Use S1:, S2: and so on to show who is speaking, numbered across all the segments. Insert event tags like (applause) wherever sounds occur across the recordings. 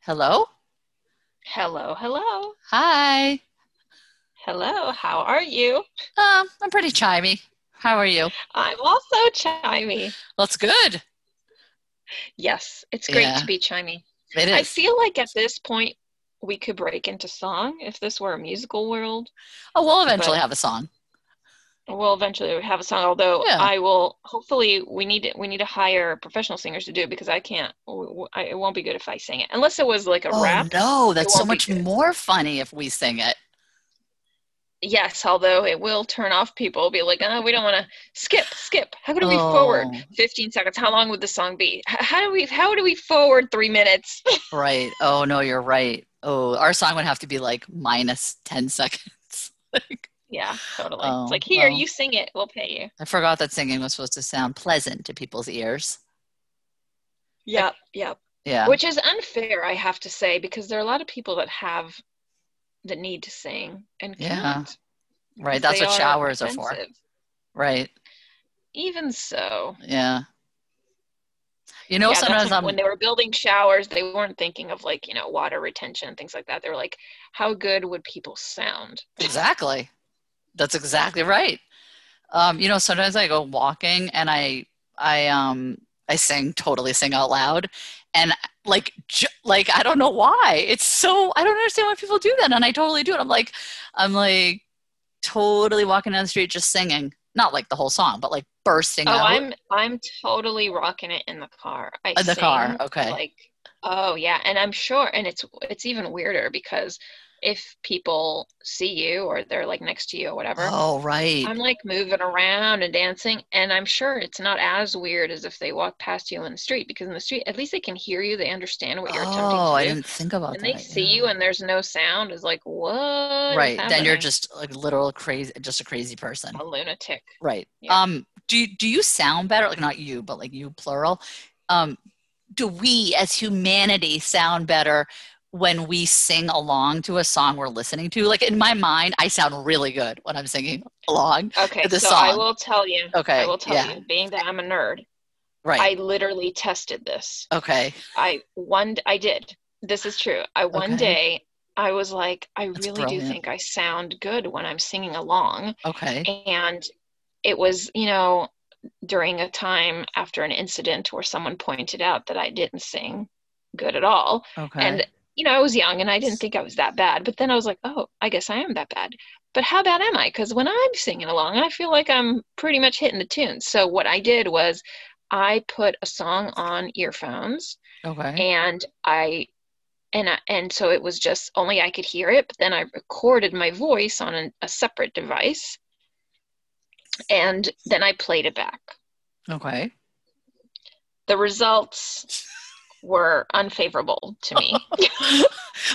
S1: Hello?
S2: Hello, hello.
S1: Hi.
S2: Hello, how are you?
S1: Um, I'm pretty chimey. How are you?
S2: I'm also chimey.
S1: That's good.
S2: Yes, it's great
S1: Yeah.
S2: to be chimey.
S1: It
S2: I
S1: is.
S2: feel like at this point we could break into song if this were a musical world.
S1: Oh, we'll eventually
S2: but-
S1: have a song.
S2: We'll eventually have a song, although
S1: Yeah.
S2: I will hopefully we need we need to hire professional singers to do it because I can't w- w- I- it won't be good if I sing it. Unless it was like a
S1: Oh,
S2: rap.
S1: no.
S2: It
S1: That's so
S2: won't be
S1: much
S2: good.
S1: more funny if we sing it.
S2: Yes, although it will turn off people. Be like, oh, we don't want to skip, skip. How do we forward
S1: Oh,
S2: fifteen seconds? How long would the song be? H- How do we how do we forward three minutes? (laughs)
S1: right. Oh, no, you're right. Oh, our song would have to be like minus 10 seconds. like,
S2: yeah, totally.
S1: Oh,
S2: it's like here,
S1: well.
S2: you sing it, we'll pay you.
S1: I forgot that singing was supposed to sound pleasant to people's ears.
S2: Yep, yep.
S1: Yeah.
S2: Which is unfair, I have to say, because there are a lot of people that have the need to sing and
S1: Yeah.
S2: cannot.
S1: Right.
S2: because
S1: That's
S2: they
S1: what
S2: are
S1: showers are for.
S2: offensive.
S1: Right.
S2: Even so,
S1: Yeah. You know,
S2: yeah, that's
S1: sometimes
S2: when,
S1: I'm
S2: when they were building showers, they weren't thinking of like you know water retention and things like that. They were like, how good would people sound?
S1: Exactly. That's exactly right. Um, you know, sometimes I go walking and I I um I sing totally sing out loud and like j- like I don't know why. It's so I don't understand why people do that and I totally do it. I'm like I'm like totally walking down the street just singing. Not like the whole song, but like bursting
S2: Oh,
S1: out
S2: I'm I'm totally rocking it in the car. I
S1: in the car.
S2: sing
S1: Okay.
S2: like oh yeah, and I'm sure and it's it's even weirder because if people see you or they're like next to you or whatever,
S1: Oh, right.
S2: I'm like moving around and dancing and I'm sure it's not as weird as if they walk past you in the street because in the street at least they can hear you, they understand what you're attempting
S1: Oh, I
S2: to do.
S1: didn't think about
S2: And
S1: that.
S2: they see
S1: yeah.
S2: you and there's no sound is like what is
S1: Right. Then you're
S2: happening?
S1: just like literal crazy just a crazy person.
S2: A lunatic.
S1: Right.
S2: Yeah.
S1: Um, do do you sound better? Like not you, but like you plural. Um, do we as humanity sound better when we sing along to a song we're listening to? Like in my mind, I sound really good when I'm singing along
S2: Okay,
S1: to the
S2: so I
S1: song.
S2: will tell you. I
S1: Okay.
S2: will tell
S1: Yeah.
S2: you, being that I'm a nerd,
S1: Right.
S2: I literally tested this.
S1: Okay.
S2: I one d- I did. This is true. I one
S1: Okay.
S2: day I was like, I
S1: That's
S2: really do
S1: brilliant.
S2: think I sound good when I'm singing along.
S1: Okay.
S2: And it was, you know, during a time after an incident where someone pointed out that I didn't sing good at all.
S1: Okay.
S2: And, you know, I was young and I didn't think I was that bad. But then I was like, oh, I guess I am that bad. But how bad am I? Because when I'm singing along, I feel like I'm pretty much hitting the tune. So what I did was I put a song on earphones
S1: Okay.
S2: and I and I, and so it was just only I could hear it, but then I recorded my voice on an, a separate device and then I played it back.
S1: Okay.
S2: The results were unfavorable to me.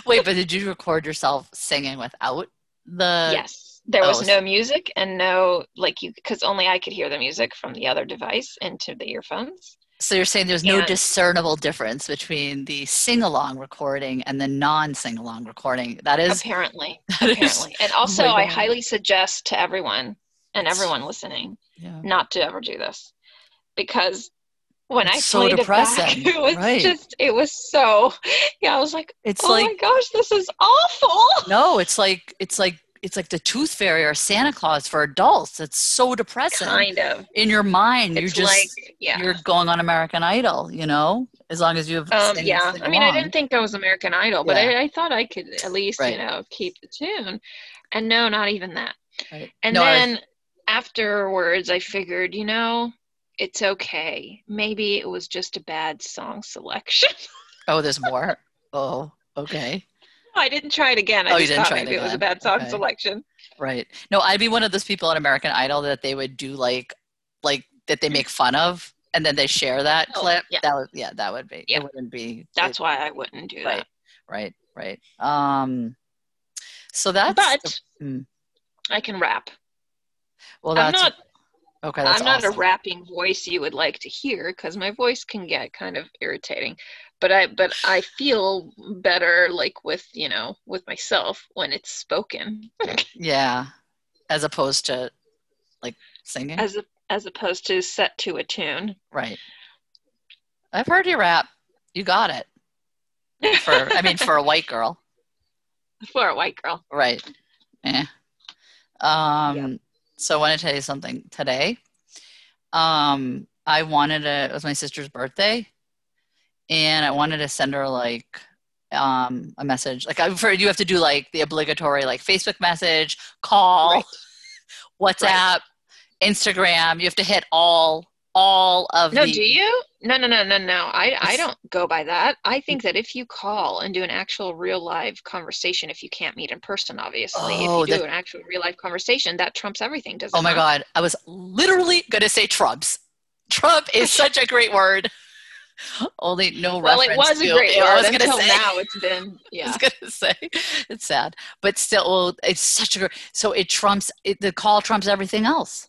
S1: Wait, but did you record yourself singing without the?
S2: yes, there
S1: Oh,
S2: was no music and no like you because only I could hear the music from the other device into the earphones.
S1: So you're saying there's no
S2: And
S1: discernible difference between the sing along recording and the non sing along recording. That is (laughs)
S2: apparently,
S1: that is
S2: apparently, and
S1: oh
S2: also
S1: my
S2: I
S1: god.
S2: highly suggest to everyone and everyone listening
S1: Yeah.
S2: not to ever do this because when
S1: It's
S2: I
S1: so
S2: played it back, (laughs)
S1: depressing.
S2: it was
S1: Right.
S2: just it was so yeah. I was like,
S1: It's
S2: oh my
S1: like
S2: gosh, this is awful.
S1: no, it's like it's like it's like the tooth fairy or Santa Claus for adults. It's so depressing.
S2: Kind of.
S1: In your mind, you
S2: It's like
S1: just
S2: yeah.
S1: you're going on American Idol, you know? As long as you have
S2: Um,
S1: sing
S2: yeah,
S1: sing
S2: I mean, I
S1: along.
S2: didn't think I was American Idol, but
S1: Yeah.
S2: I, I thought I could at least, you
S1: Right.
S2: know, keep the tune. And no, not even that.
S1: Right.
S2: And
S1: No, I was
S2: then afterwards, I figured, you know, it's okay. Maybe it was just a bad song selection. (laughs)
S1: oh, there's more. Oh, okay.
S2: I didn't try it again. I
S1: Oh, you
S2: just
S1: didn't
S2: thought
S1: try it
S2: maybe it was a
S1: again.
S2: bad song
S1: Okay.
S2: selection.
S1: Right. No, I'd be one of those people on American Idol that they would do like like that they make fun of and then they share that
S2: Oh,
S1: clip.
S2: yeah,
S1: That would yeah, that would be
S2: yeah.
S1: it wouldn't be it
S2: That's why I wouldn't do
S1: right,
S2: that.
S1: right, right. Um so that's
S2: But
S1: mm,
S2: I can rap.
S1: well
S2: I'm
S1: that's
S2: not
S1: okay, that's
S2: I'm not a
S1: awesome.
S2: rapping voice you would like to hear because my voice can get kind of irritating. But I but I feel better like with, you know, with myself when it's spoken
S1: Yeah. As opposed to like singing.
S2: as a, as opposed to set to a tune.
S1: Right. I've heard you rap. You got it. for I mean for a white girl,
S2: (laughs) for a white girl.
S1: right? Yeah. Um, So I want to tell you something today. Um, I wanted to. It was my sister's birthday, and I wanted to send her like um a message. Like I for you have to do like the obligatory like Facebook message, call,
S2: Right.
S1: WhatsApp, Instagram. You have to hit all all of
S2: No,
S1: the.
S2: do you? No, no, no, no, no. I, I
S1: It's-
S2: don't go by that. I think
S1: Mm-hmm.
S2: that if you call and do an actual real live conversation, if you can't meet in person, obviously,
S1: Oh,
S2: if you
S1: that-
S2: do an actual real life conversation, that trumps everything, doesn't it?
S1: Oh my
S2: not?
S1: God. I was literally going to say Trumps. Trump
S2: (laughs)
S1: is such a great word. Only no
S2: Well, it
S1: reference.
S2: was a
S1: to-
S2: great
S1: I
S2: word
S1: was
S2: until
S1: gonna say,
S2: now. It's
S1: (laughs)
S2: been
S1: I was
S2: yeah.
S1: gonna say it's sad, but still, oh, it's such a great. So it trumps it, the call trumps everything else.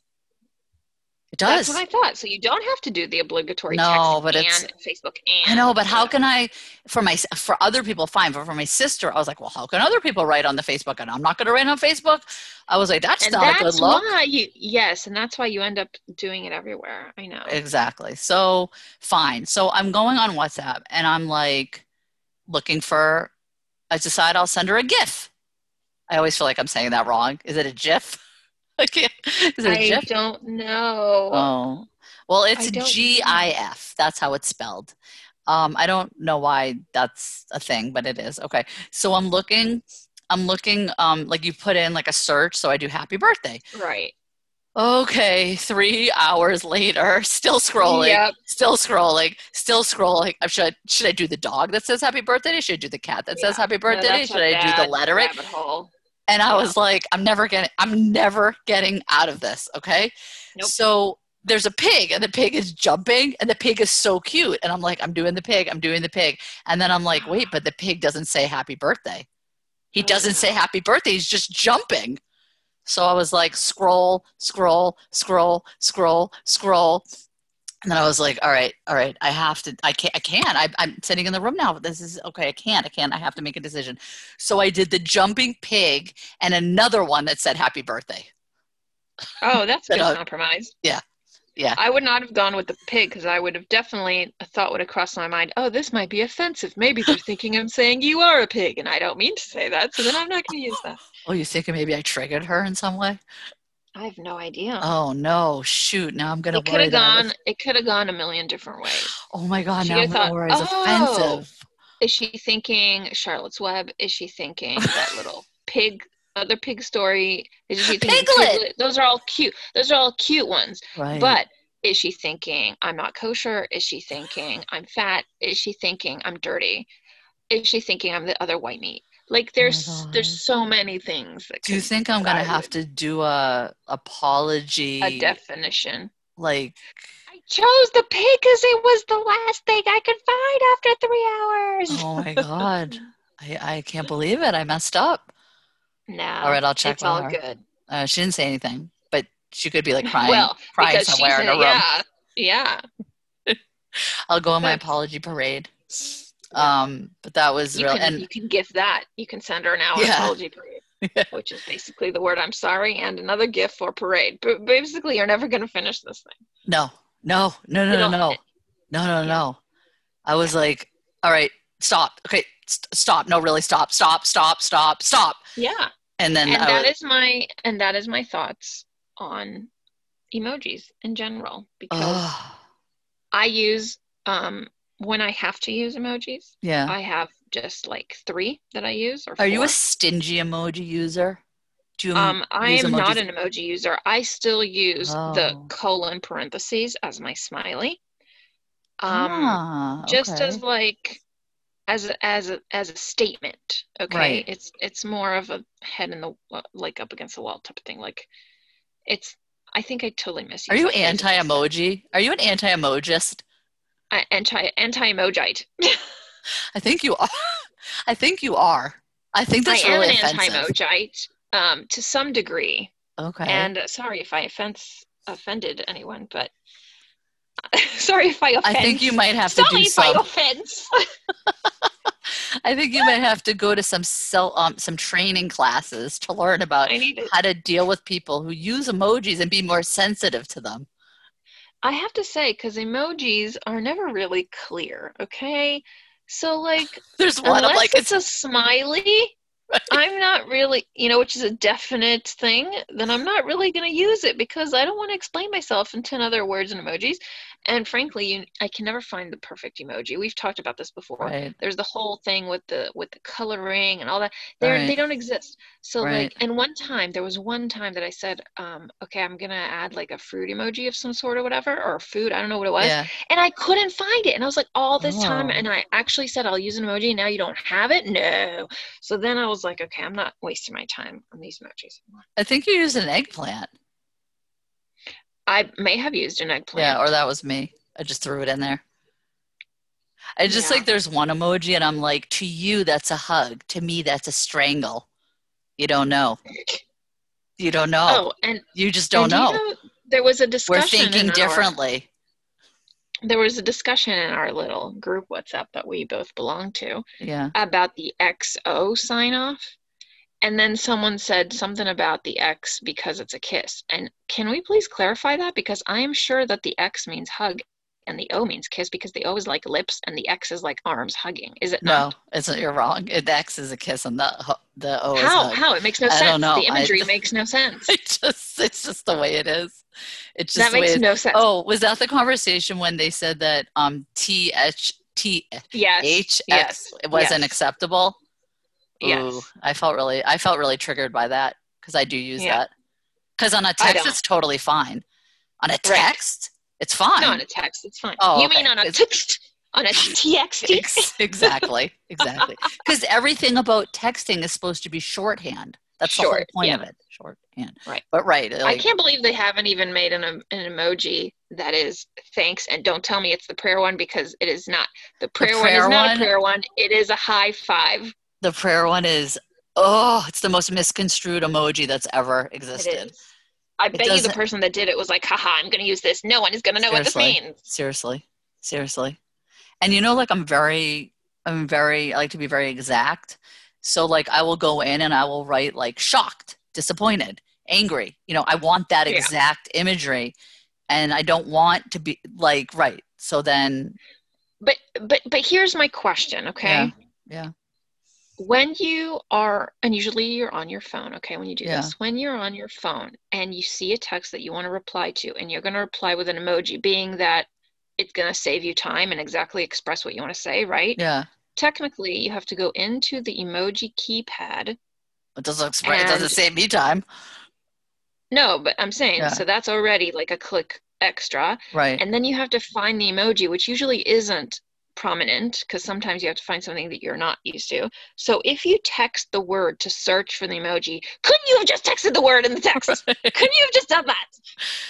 S1: It does.
S2: That's what I thought. So you don't have to do the obligatory
S1: No,
S2: text
S1: but it's-
S2: and Facebook and
S1: I know, but how
S2: whatever.
S1: can I for my for other people fine, but for my sister, I was like, well, how can other people write on the Facebook? And I'm not going to write on Facebook. I was like, that's
S2: and
S1: not a good
S2: that's
S1: look.
S2: why you yes, and that's why you end up doing it everywhere. I know.
S1: Exactly. So fine. So I'm going on WhatsApp and I'm like looking for I decide I'll send her a GIF. I always feel like I'm saying that wrong. Is it a GIF? (laughs) I can't is it a
S2: I
S1: GIF?
S2: don't know.
S1: Oh. Well it's
S2: I don't-
S1: G I F. That's how it's spelled. Um, I don't know why that's a thing, but it is. Okay. So I'm looking I'm looking um like you put in like a search, so I do happy birthday.
S2: Right.
S1: Okay, three hours later, (laughs) still scrolling
S2: Yep.
S1: still scrolling, still scrolling. I should should I do the dog that says happy birthday? Day? Should I do the cat that says
S2: Yeah.
S1: happy
S2: No,
S1: birthday? Day?
S2: that's
S1: should
S2: a
S1: I do the
S2: bad
S1: lettering?
S2: rabbit hole.
S1: And I
S2: yeah.
S1: was like, I'm never getting I'm never getting out of this. Okay.
S2: Nope.
S1: So there's a pig and the pig is jumping and the pig is so cute. And I'm like, I'm doing the pig, I'm doing the pig. And then I'm like, wait, but the pig doesn't say happy birthday. He
S2: Oh,
S1: doesn't say
S2: no.
S1: happy birthday, he's just jumping. So I was like, scroll, scroll, scroll, scroll, scroll. And then I was like, all right, all right, I have to, I can't, I can't. I, I'm sitting in the room now, but this is okay. I can't, I can't, I have to make a decision. So I did the jumping pig and another one that said happy birthday.
S2: Oh, that's a
S1: But,
S2: good
S1: uh,
S2: compromise.
S1: yeah. Yeah.
S2: I would not have gone with the pig because I would have definitely a thought would have crossed my mind, oh, this might be offensive. Maybe
S1: (laughs)
S2: they're thinking I'm saying you are a pig and I don't mean to say that, so then I'm not going to use that.
S1: Oh, you think maybe I triggered her in some way?
S2: I have no idea.
S1: Oh no, shoot! Now I'm gonna
S2: it could
S1: worry
S2: have
S1: that I
S2: gone
S1: was-
S2: it could have gone a million different ways.
S1: oh my god!
S2: she
S1: Now I'm
S2: could've
S1: gonna
S2: thought,
S1: worry it's
S2: "Oh."
S1: offensive.
S2: Is she thinking Charlotte's Web? Is she thinking
S1: (laughs)
S2: that little pig other pig story? Is she thinking
S1: Piglet!
S2: Those are all cute. Those are all cute ones.
S1: Right.
S2: But is she thinking I'm not kosher? Is she thinking I'm fat? Is she thinking I'm dirty? Is she thinking I'm the other white meat? Like there's
S1: God.
S2: there's so many things that
S1: Oh do you
S2: could
S1: think I'm gonna
S2: I
S1: have
S2: would-
S1: to do a apology?
S2: a definition.
S1: like,
S2: I chose the pig because it was the last thing I could find after three hours.
S1: oh my
S2: (laughs)
S1: god, I I can't believe it. I messed up.
S2: No,
S1: All right, I'll check
S2: Oh, it's
S1: with
S2: all
S1: her.
S2: good.
S1: Uh, she didn't say anything, but she could be like crying,
S2: well,
S1: crying
S2: because
S1: somewhere
S2: she's
S1: in a room.
S2: yeah, yeah.
S1: I'll go on my
S2: That's-
S1: apology parade.
S2: Yeah.
S1: Um, but that was
S2: You
S1: real,
S2: can you
S1: and
S2: can give that. You can send her an hour
S1: Yeah.
S2: apology parade,
S1: (laughs) Yeah.
S2: which is basically the word "I'm sorry" and another gift for parade. But basically, you're never going to finish this thing.
S1: no, no, no, no, no,
S2: It'll-
S1: no, no, no,
S2: Yeah.
S1: no. I was like, all right, stop. Okay, st- stop. No, really, stop, stop, stop, stop, stop.
S2: Yeah,
S1: And then
S2: and
S1: I
S2: that
S1: was,
S2: is my and that is my thoughts on emojis in general because
S1: oh,
S2: I use um when I have to use emojis.
S1: yeah.
S2: I have just like three that I use. Or
S1: Are you
S2: four.
S1: a stingy emoji user? Do you
S2: Um, I
S1: use
S2: am not
S1: emojis-
S2: an emoji user. I still use the
S1: Oh.
S2: colon parentheses as my smiley. Um,
S1: ah,
S2: just as
S1: okay.
S2: like as a, as a, as a statement. Okay,
S1: Right.
S2: it's it's more of a head in the wa- like up against the wall type of thing. Like it's. I think I totally miss.
S1: Are you anti emoji? Are you an anti emojist?
S2: Anti anti emojite.
S1: I think you are. (laughs) I think you are. I think that's
S2: I am
S1: really
S2: an anti
S1: offensive.
S2: emojite um, to some degree.
S1: Okay.
S2: And uh, sorry if I offense offended anyone, but (laughs) sorry if I
S1: I
S2: offend.
S1: think you might have to
S2: sorry
S1: do
S2: if
S1: some.
S2: I offense.
S1: I think you might have to go to some cell, um, some training classes to learn about
S2: I need. To,
S1: how to deal with people who use emojis and be more sensitive to them.
S2: I have to say because emojis are never really clear. Okay,
S1: (laughs)
S2: So like
S1: There's one. I'm
S2: unless
S1: like,
S2: it's
S1: it's
S2: a smiley,
S1: (laughs) Right.
S2: I'm not really, you know, which is a definite thing, then I'm not really going to use it because I don't want to explain myself in 10 other words and emojis. And frankly, you, I can never find the perfect emoji. We've talked about this before.
S1: right.
S2: There's the whole thing with the with the coloring and all that. They are
S1: Right.
S2: they don't exist. So
S1: Right.
S2: like, and one time there was one time that I said, um, okay, I'm gonna add like a fruit emoji of some sort or whatever, or food. I don't know what it was
S1: Yeah.
S2: and I couldn't find it. And I was like, all this time,
S1: Oh.
S2: and I actually said, I'll use an emoji. Now you don't have it? No. So then I was like, okay, I'm not wasting my time on these emojis. anymore.
S1: I think you used an eggplant.
S2: I may have used an eggplant.
S1: Yeah, or that was me. I just threw it in there. I just
S2: Yeah.
S1: like there's one emoji, and I'm like, to you, that's a hug. To me, that's a strangle. You don't know. You don't know.
S2: Oh, and
S1: you just don't
S2: and do you
S1: know.
S2: there was a
S1: We're
S2: discussion.
S1: thinking
S2: in our-
S1: differently.
S2: there was a discussion in our little group WhatsApp that we both belong to
S1: Yeah.
S2: about the XO sign off. And then someone said something about the X because it's a kiss. And can we please clarify that? Because I am sure that the X means hug and the O means kiss because the O is like lips and the X is like arms hugging. Is it
S1: No,
S2: not?
S1: it's you're wrong. It, the X is a kiss, and the hu- the O is
S2: How?
S1: hug.
S2: How? It makes no
S1: I don't
S2: sense.
S1: know.
S2: The imagery
S1: I-
S2: makes no
S1: (laughs)
S2: sense.
S1: It (laughs) just it's just the way it is. It's just
S2: that
S1: the way.
S2: makes
S1: it-
S2: no sense.
S1: oh, was that the conversation when they said that um T H T
S2: yes.
S1: H
S2: yes,
S1: X it wasn't
S2: yes.
S1: acceptable? Ooh,
S2: Yes.
S1: I felt really I felt really triggered by that because I do use
S2: Yeah.
S1: that. Because on a
S2: don't.
S1: text, it's totally fine. On a text, it's fine.
S2: No, on a text. It's fine.
S1: Oh,
S2: you
S1: okay.
S2: mean on a
S1: It's-
S2: text? On
S1: (laughs)
S2: a TXT? (laughs)
S1: Ex- exactly, exactly. Because everything about texting is supposed to be shorthand. That's the whole
S2: Short,
S1: point
S2: yeah.
S1: of it, shorthand.
S2: Right.
S1: But right,
S2: I
S1: like,
S2: can't believe they haven't even made an, em- an emoji that is thanks and don't tell me it's the prayer one because it is not. The prayer, one
S1: prayer
S2: is not
S1: one?
S2: a prayer one. It is a high five.
S1: the prayer one is oh, it's the most misconstrued emoji that's ever
S2: It
S1: existed.
S2: is. I bet you the
S1: doesn't-
S2: person that did it was like, haha, I'm going to use this. No one is going to know what
S1: Seriously.
S2: this means.
S1: Seriously, seriously. And you know, like I'm very, I'm very, I like to be very exact. So like I will go in and I will write like shocked, disappointed, angry. You know, I want that
S2: Yeah.
S1: exact imagery and I don't want to be like, right. So then,
S2: But but but here's my question, okay?
S1: Yeah, yeah.
S2: When you are and usually you're on your phone, okay, when you do
S1: Yeah.
S2: this. When you're on your phone and you see a text that you want to reply to and you're going to reply with an emoji being that it's going to save you time and exactly express what you want to say, right?
S1: yeah,
S2: technically you have to go into the emoji keypad
S1: it doesn't, expre- it doesn't
S2: And-
S1: save me time.
S2: no but i'm saying
S1: Yeah.
S2: so that's already like a click extra
S1: Right.
S2: and then you have to find the emoji which usually isn't prominent because sometimes you have to find something that you're not used to so if you text the word to search for the emoji couldn't you have just texted the word in the
S1: (laughs)
S2: text couldn't you have just done that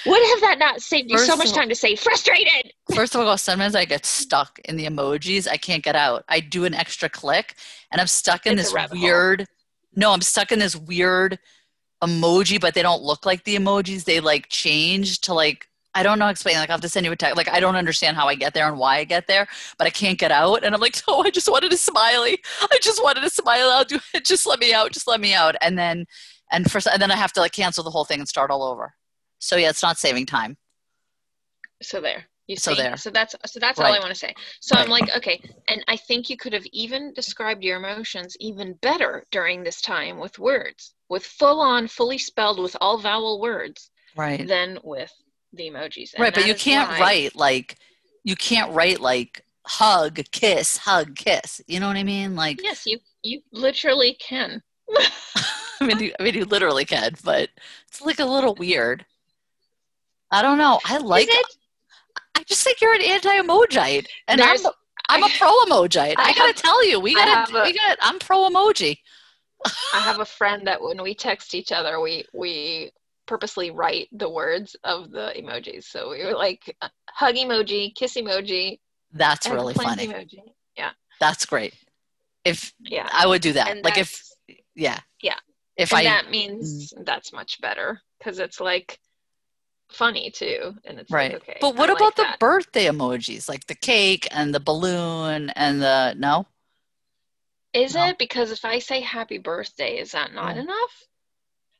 S2: would have that not saved you
S1: First
S2: so
S1: of
S2: much
S1: all-
S2: time to say frustrated
S1: First of all, sometimes I get stuck in the emojis. I can't get out. I do an extra click and I'm stuck in
S2: It's a
S1: this
S2: rabbit hole.
S1: weird no, I'm stuck in this weird emoji, but they don't look like the emojis. They like change to like I don't know how to explain. Like I have to send you a text. Like I don't understand how I get there and why I get there, but I can't get out. And I'm like, (laughs) no, I just wanted a smiley. I just wanted a smile. I'll do it. Just let me out. Just let me out. And then and first and then I have to like cancel the whole thing and start all over. So yeah, it's not saving time.
S2: so there you
S1: So
S2: see
S1: there.
S2: so that's so that's all i
S1: Right.
S2: want to say so i'm
S1: Right.
S2: like okay and i think you could have even described your emotions even better during this time with words with full on fully spelled with all vowel words
S1: Right.
S2: than with the emojis And
S1: right but
S2: that
S1: you
S2: is
S1: can't
S2: why-
S1: write like you can't write like hug kiss hug kiss you know what i mean like
S2: yes you you literally can
S1: (laughs) i mean you, i mean you literally can but it's like a little weird i don't know i like (gasps)
S2: Is it?
S1: i just think you're an anti-emojite and i'm,
S2: There's-
S1: a- I'm
S2: (laughs)
S1: a pro emojite i,
S2: I
S1: gotta
S2: have-
S1: tell you we
S2: I
S1: gotta
S2: have a-
S1: we got i'm pro emoji
S2: I have a friend that when we text each other, we we purposely write the words of the emojis. So we were like uh, hug emoji, kiss emoji,
S1: that's
S2: and
S1: really
S2: plant
S1: funny
S2: emoji. Yeah,
S1: that's great if
S2: yeah.
S1: i would do that
S2: And
S1: like if
S2: that's-
S1: yeah
S2: Yeah.
S1: if
S2: and
S1: i Mm.
S2: that means that's much better because it's like funny too, and it's
S1: right
S2: like okay.
S1: but what
S2: I like
S1: about the
S2: that.
S1: birthday emojis like the cake and the balloon and the no
S2: Is
S1: No.
S2: it because if I say happy birthday, is that not
S1: Yeah.
S2: enough?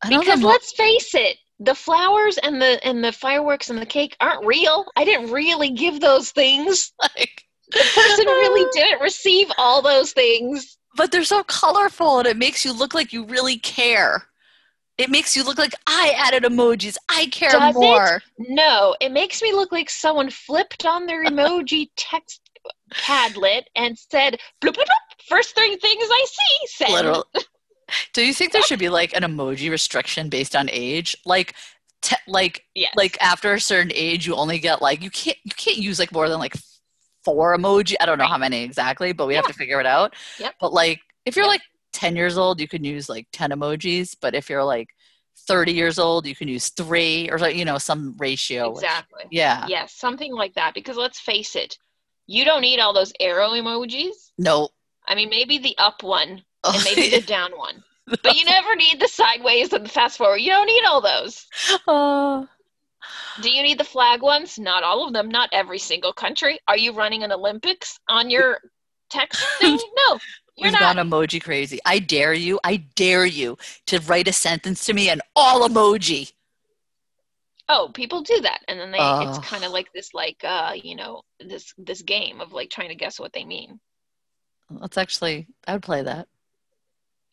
S1: I don't
S2: Because
S1: know.
S2: let's face it, the flowers and the and the fireworks and the cake aren't real. I didn't really give those things.
S1: (laughs)
S2: (laughs)
S1: like
S2: the person really didn't receive all those things.
S1: (laughs) But they're so colorful and it makes you look like you really care. It makes you look like I added emojis. I care
S2: Does it?
S1: more.
S2: No, it makes me look like someone flipped on
S1: (laughs)
S2: their emoji text Padlet and said, bloop, bloop, bloop, first three things I see. Send.
S1: Literal. (laughs) Do you think there should be like an emoji restriction based on age? Like, te- like,
S2: Yes.
S1: like after a certain age, you only get like you can't you can't use like more than like four emoji. I don't know how many exactly, but we have to figure it out.
S2: Yep.
S1: But like, if you're
S2: Yep.
S1: like ten years old, you can use like ten emojis. But if you're like thirty years old, you can use three or you know some ratio. which-
S2: exactly.
S1: Yeah.
S2: Yes, something like that. Because let's face it, you don't need all those arrow emojis.
S1: No.
S2: I mean, maybe the up one
S1: Oh, (laughs)
S2: and maybe the down one. But you never need the sideways and the fast forward. You don't need all those.
S1: Oh.
S2: Do you need the flag ones? Not all of them. Not every single country. Are you running an Olympics on your text
S1: (laughs)
S2: thing? No, you're
S1: We've
S2: not.
S1: gone emoji crazy. I dare you, I dare you to write a sentence to me and all emoji.
S2: Oh, people do that, and then they. It's
S1: Ugh.
S2: kind of like this, like uh, you know, this this game of like trying to guess what they mean.
S1: That's actually I would play that.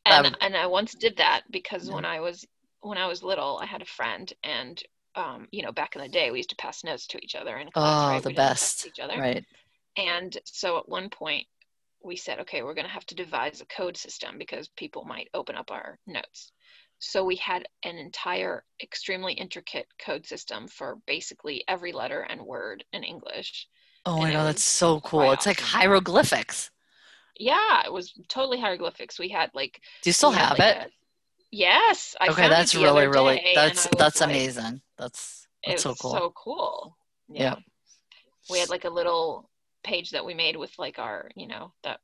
S2: and
S1: Um,
S2: and I once did that because
S1: Yeah.
S2: when I was when I was little, I had a friend, and um, you know, back in the day, we used to pass notes to each other in class.
S1: Oh,
S2: right?
S1: the
S2: We didn't pass
S1: best.
S2: to each other.
S1: Right.
S2: And so at one point, we said, okay, we're going to have to devise a code system because people might open up our notes. So we had an entire extremely intricate code system for basically every letter and word in English.
S1: Oh my
S2: And it
S1: god,
S2: was
S1: that's so cool.
S2: quite
S1: It's like
S2: awesome.
S1: hieroglyphics.
S2: Yeah, it was totally hieroglyphics. We had like
S1: Do you still
S2: we had,
S1: have
S2: like,
S1: it?
S2: a- yes, I
S1: okay,
S2: found it
S1: that's
S2: the
S1: really,
S2: other
S1: really
S2: day, and
S1: that's
S2: I was
S1: that's
S2: like,
S1: amazing. That's
S2: It
S1: that's so
S2: was
S1: cool.
S2: so cool.
S1: Yeah.
S2: we had like a little page that we made with like our you know that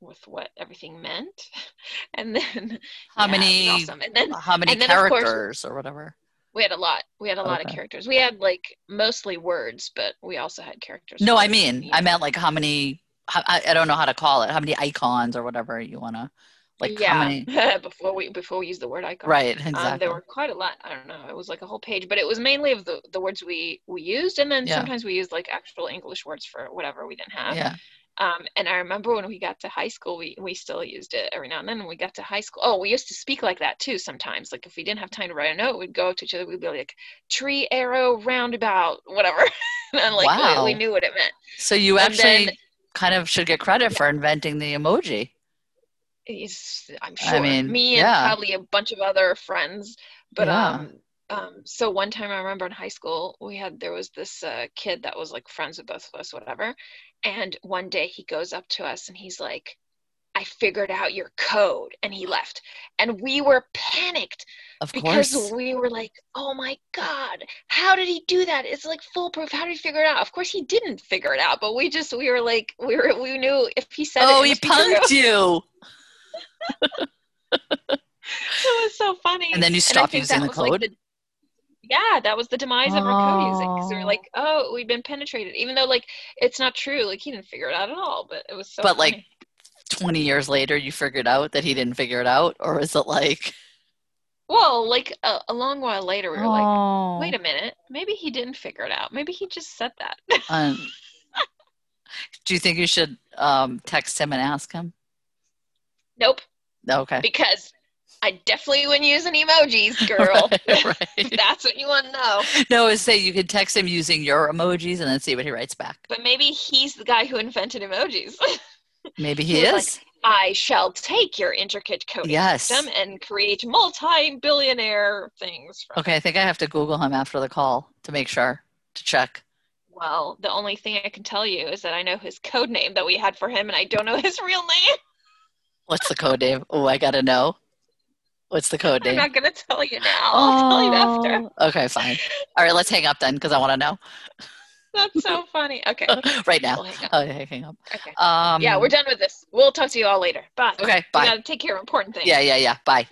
S2: with what everything meant (laughs) and then
S1: how
S2: (laughs) yeah, it was
S1: many
S2: awesome and then
S1: how many
S2: and then, of course-
S1: characters or whatever?
S2: we had a lot we had a lot of
S1: Okay.
S2: characters we had like mostly words but we also had characters
S1: No,
S2: for
S1: I
S2: it,
S1: mean
S2: you
S1: I
S2: know.
S1: meant like how many how, I, I don't know how to call it. How many icons or whatever you wanna like how
S2: yeah
S1: many
S2: (laughs) before we before we use the word icon
S1: Right,
S2: um,
S1: exactly.
S2: there were quite a lot i don't know it was like a whole page but it was mainly of the, the words we we used and then
S1: Yeah.
S2: sometimes we used like actual english words for whatever we didn't have
S1: yeah.
S2: Um, and I remember when we got to high school, we, we still used it every now and then. When we got to high school, oh, we used to speak like that too sometimes. Like if we didn't have time to write a note, we'd go up to each other. We'd be like, tree, arrow, roundabout, whatever. (laughs) and like
S1: Wow.
S2: we, we knew what it meant.
S1: So you
S2: And then-
S1: actually kind of should get credit for inventing the emoji.
S2: It's, I'm
S1: I
S2: sure.
S1: mean,
S2: me
S1: yeah.
S2: and probably a bunch of other friends. But
S1: Yeah.
S2: um, um, so one time I remember in high school, we had there was this uh, kid that was like friends with both of us, whatever. And one day he goes up to us and he's like, "I figured out your code," and he left. And we were panicked
S1: Of
S2: because
S1: course.
S2: we were like, oh my God, how did he do that? It's like foolproof. How did he figure it out? Of course, he didn't figure it out, but we just, we were like, we were, we knew if he said
S1: Oh,
S2: it, it
S1: he
S2: must be true.
S1: punked you.
S2: It was so funny.
S1: And then you
S2: I
S1: stopped
S2: think
S1: using
S2: that
S1: the
S2: was, like,
S1: code?
S2: the- yeah, that was the demise of our code using because we
S1: Oh.
S2: were like, oh, we've been penetrated, even though like it's not true. Like he didn't figure it out at all, but it was so.
S1: But, like,
S2: funny.
S1: 20 years later, you figured out that he didn't figure it out? Or is it like,
S2: well, like a, a long while later, we were like,
S1: oh.
S2: wait a minute, maybe he didn't figure it out. Maybe he just said that. (laughs)
S1: Um, do you think you should um, text him and ask him? (laughs)
S2: nope.
S1: Okay.
S2: because I definitely wouldn't use an emojis, girl.
S1: (laughs) right.
S2: (laughs) That's what you want to know.
S1: No, is say you could text him using your emojis and then see what he writes back.
S2: But maybe he's the guy who invented emojis. (laughs)
S1: Maybe he
S2: He was
S1: is.
S2: I shall take your intricate coding
S1: yes.
S2: system and create multi-billionaire things. From
S1: Okay, I think I have to Google him after the call to make sure, to check.
S2: Well, the only thing I can tell you is that I know his code name that we had for him, and I don't know (laughs) his real name.
S1: What's the code name? Oh, I gotta know. What's the code name?
S2: I'm not gonna tell you now. I'll tell you after.
S1: Oh, Okay, fine. All right, let's hang up then because I want to know
S2: That's so funny.
S1: (laughs)
S2: Okay.
S1: right now.
S2: We'll Oh, hang up.
S1: Okay, hang up.
S2: Okay.
S1: Um,
S2: yeah, we're done with this. We'll talk to you all later. Bye.
S1: Okay,
S2: We
S1: bye.
S2: gotta take care of important things.
S1: Yeah, yeah, yeah. Bye.